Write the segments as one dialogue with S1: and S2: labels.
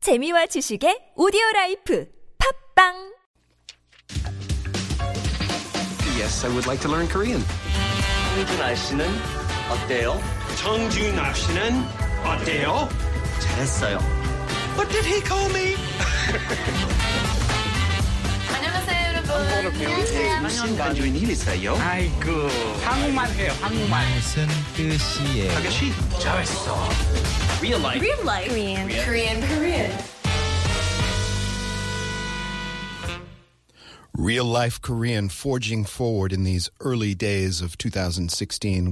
S1: 재미와 지식의 오디오 라이프 팝빵!
S2: Yes, I would like to learn Korean.
S3: 홍준아 씨는 어때요?
S4: 정준하 씨는 어때요?
S3: 잘했어요.
S4: What did he call me?
S5: 안녕하세요 여러분.
S3: 무슨 간주인 일이세요?
S4: 아이고 한국말 해요 한국말
S6: 무슨 뜻이에요?
S4: 아가씨 잘했어
S3: Real life.
S5: Korean life. Korean. Korean.
S7: Real life Korean forging forward in these early days of 2016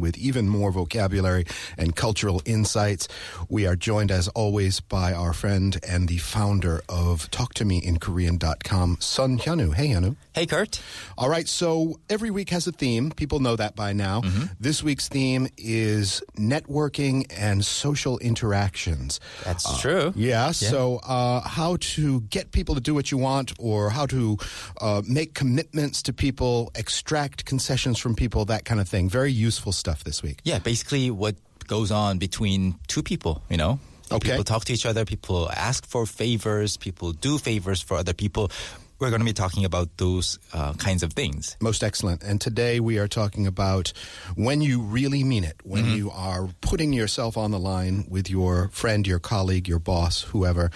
S7: with even more vocabulary and cultural insights. We are joined as always by our friend and the founder of talktomeinkorean.com, Sun Hyunwoo. Hey Hyunwoo.
S6: Hey Kurt.
S7: All right, so every week has a theme. People know that by now. This week's theme is networking and social interactions.
S6: That's true.
S7: Yeah. So, uh, how to get people to do what you want, or how to uh, make commitments to people, extract concessions from people, that kind of thing. Very useful stuff this week.
S6: Yeah, basically what goes on between two people, you know?
S7: Okay.
S6: People talk to each other, people ask for favors, people do favors for other people. We're going to be talking about those uh, kinds of things.
S7: Most excellent. And today we are talking about when you really mean it, when you are putting yourself on the line with your friend, your colleague, your boss, whoever.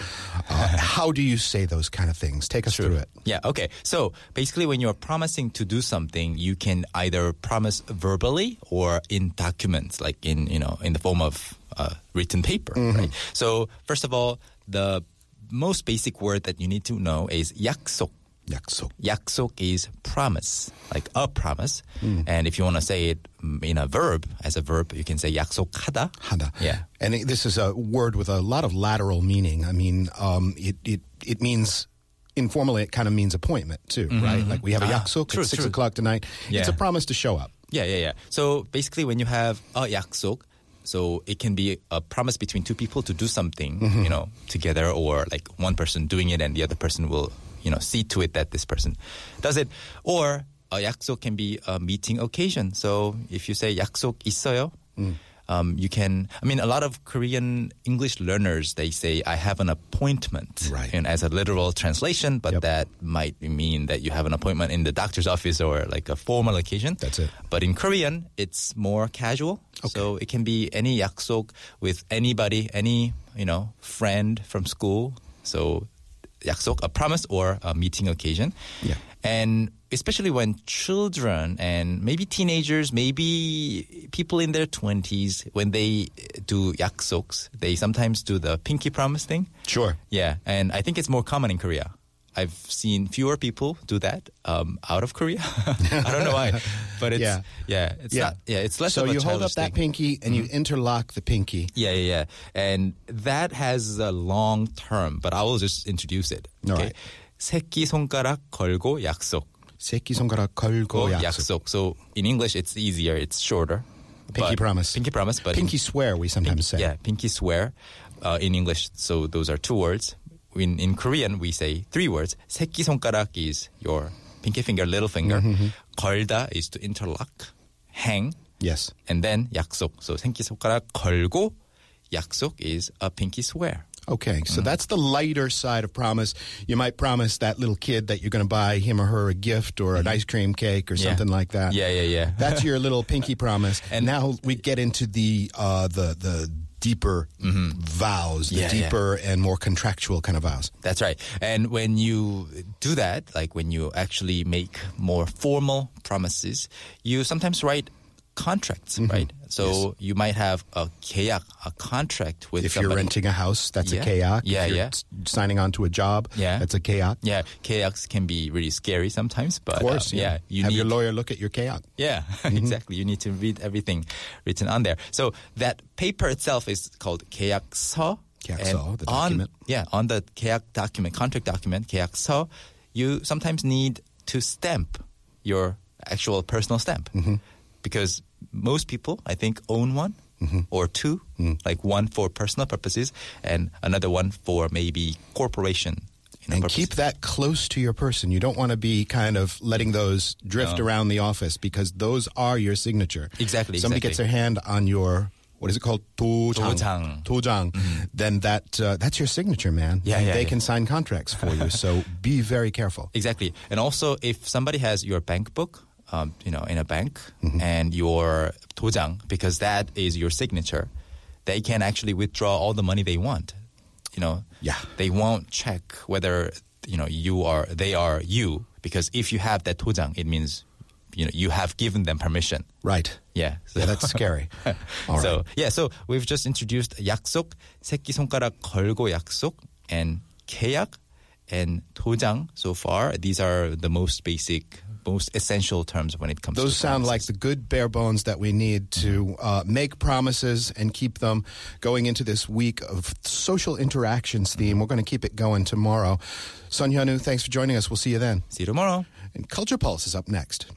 S7: Uh, how do you say those kind of things? Take us through it.
S6: Yeah, okay. So basically, when you're promising to do something, you can either promise verbally or in documents, like in, you know, in the form of uh, written paper, right? So, first of all, the most basic word that you need to know is 약속.
S7: 약속.
S6: 약속 is promise, like a promise. And if you want to say it mm, in a verb, as a verb, you can say 약속하다.
S7: Hada.
S6: Yeah.
S7: And it- this is a word with a lot of lateral meaning. I mean, um, it, it, it means, informally, it kind of means appointment too, right? Like we have a
S6: Ah,
S7: yaksuk
S6: true,
S7: at 6
S6: true.
S7: o'clock tonight. It's a
S6: Yeah.
S7: promise to show up.
S6: Yeah, yeah, yeah. So basically, when you have a 약속, so it can be a promise between two people to do something,
S7: Mm-hmm.
S6: you know, together, or like one person doing it and the other person will, you know, see to it that this person does it. Or a 약속 can be a meeting occasion. So if you say 약속 있어요,
S7: Mm.
S6: um, you can. I mean, a lot of Korean English learners they say I have an appointment,
S7: Right.
S6: And as a literal translation, but
S7: Yep.
S6: that might mean that you have an appointment in the doctor's office or like a formal occasion.
S7: That's it.
S6: But in Korean, it's more casual. So it can be any 약속 with anybody, any, you know, friend from school. So 약속, a promise or a meeting occasion.
S7: Yeah.
S6: And especially when children and maybe teenagers, maybe people in their 20s, when they do 약속s, they sometimes do the pinky promise thing.
S7: Sure.
S6: Yeah, and I think it's more common in Korea. I've seen fewer people do that um, out of Korea. I don't know why, but it's
S7: Yeah.
S6: yeah, it's not yeah, it's less.
S7: So
S6: of a
S7: you hold up
S6: childish
S7: that
S6: thing. Mm-hmm.
S7: pinky and you interlock the pinky.
S6: Yeah, yeah, yeah, and that has a long term, but I will just introduce it.
S7: All
S6: Okay,
S7: right.
S6: 새끼 손가락 걸고 약속.
S7: 새끼
S6: Oh,
S7: 손가락 걸고
S6: Go
S7: 약속.
S6: 약속. So in English, it's easier. It's shorter.
S7: Pinky
S6: But-
S7: promise.
S6: Pinky promise. But in-
S7: Pinky swear, we sometimes say.
S6: Yeah, pinky swear uh, in English. So those are two words. In, in Korean, we say three words. 새끼 손가락 is your pinky finger, little finger.
S7: Mm-hmm,
S6: 걸다 is to interlock, hang,
S7: Yes.
S6: and then 약속. So 새끼 손가락 걸고 약속 is a pinky swear.
S7: Okay,
S6: Mm-hmm.
S7: so that's the lighter side of promise. You might promise that little kid that you're going to buy him or her a gift or an ice cream cake or
S6: Mm-hmm. Yeah.
S7: something like that.
S6: Yeah, yeah, yeah.
S7: that's your little pinky promise. And
S6: And-
S7: now we get into the uh, the the deeper vows, the
S6: Mm-hmm. Yeah, yeah.
S7: deeper and more contractual kind of vows.
S6: That's right. And when you do that, like when you actually make more formal promises, you sometimes write contracts,
S7: Mm-hmm.
S6: right? So you might have a 계약, a contract with
S7: If
S6: somebody.
S7: you're renting a house, that's a
S6: Yeah.
S7: kayak.
S6: Yeah,
S7: if you're
S6: yeah.
S7: s- signing on to a job,
S6: Yeah.
S7: that's a kayak.
S6: Yeah, KX can be really scary sometimes, but
S7: Of course,
S6: uh, yeah. you
S7: have
S6: need
S7: your lawyer look at your kayak.
S6: yeah,
S7: Mm-hmm.
S6: exactly. You need to read everything written on there. So that paper itself is called 계약서.
S7: 계약서,
S6: And
S7: the
S6: on-
S7: document.
S6: yeah, on the 계약 document, contract document, 계약서, you sometimes need to stamp your actual personal stamp
S7: Mm-hmm.
S6: because most people, I think, own one
S7: Mm-hmm.
S6: or 2 like one for personal purposes and another one for maybe corporation. you know,
S7: And
S6: purposes.
S7: keep that close to your person. You don't want to be kind of letting those drift around the office because those are your signature.
S6: Exactly,
S7: Somebody
S6: exactly.
S7: gets their hand on your what is it called? Dojang.
S6: 도장.
S7: Dojang. Then that uh, that's your signature, man.
S6: Mm-hmm. Yeah,
S7: And
S6: yeah,
S7: They
S6: yeah.
S7: can sign contracts for you, so be very careful.
S6: Exactly. And also, if somebody has your bank book, um, you know, in a bank,
S7: Mm-hmm.
S6: and your 도장, because that is your signature, they can actually withdraw all the money they want. You know,
S7: Yeah.
S6: They won't check whether you know you are they are you because if you have that 도장, it means you know you have given them permission.
S7: Right.
S6: Yeah. So,
S7: Yeah, that's scary. All
S6: so
S7: right.
S6: yeah, so we've just introduced 약속, 새끼 손가락 걸고 약속, and 계약, and 도장. So far, these are the most basic, most essential terms when it comes.
S7: Those
S6: to
S7: sound like
S6: promises.
S7: the good bare bones that we need to uh, make promises and keep them going into this week of social interactions theme. We're going to keep it going tomorrow. Sun Hyunu, thanks for joining us. We'll see you then.
S6: See you tomorrow.
S7: And Culture Pulse is up next.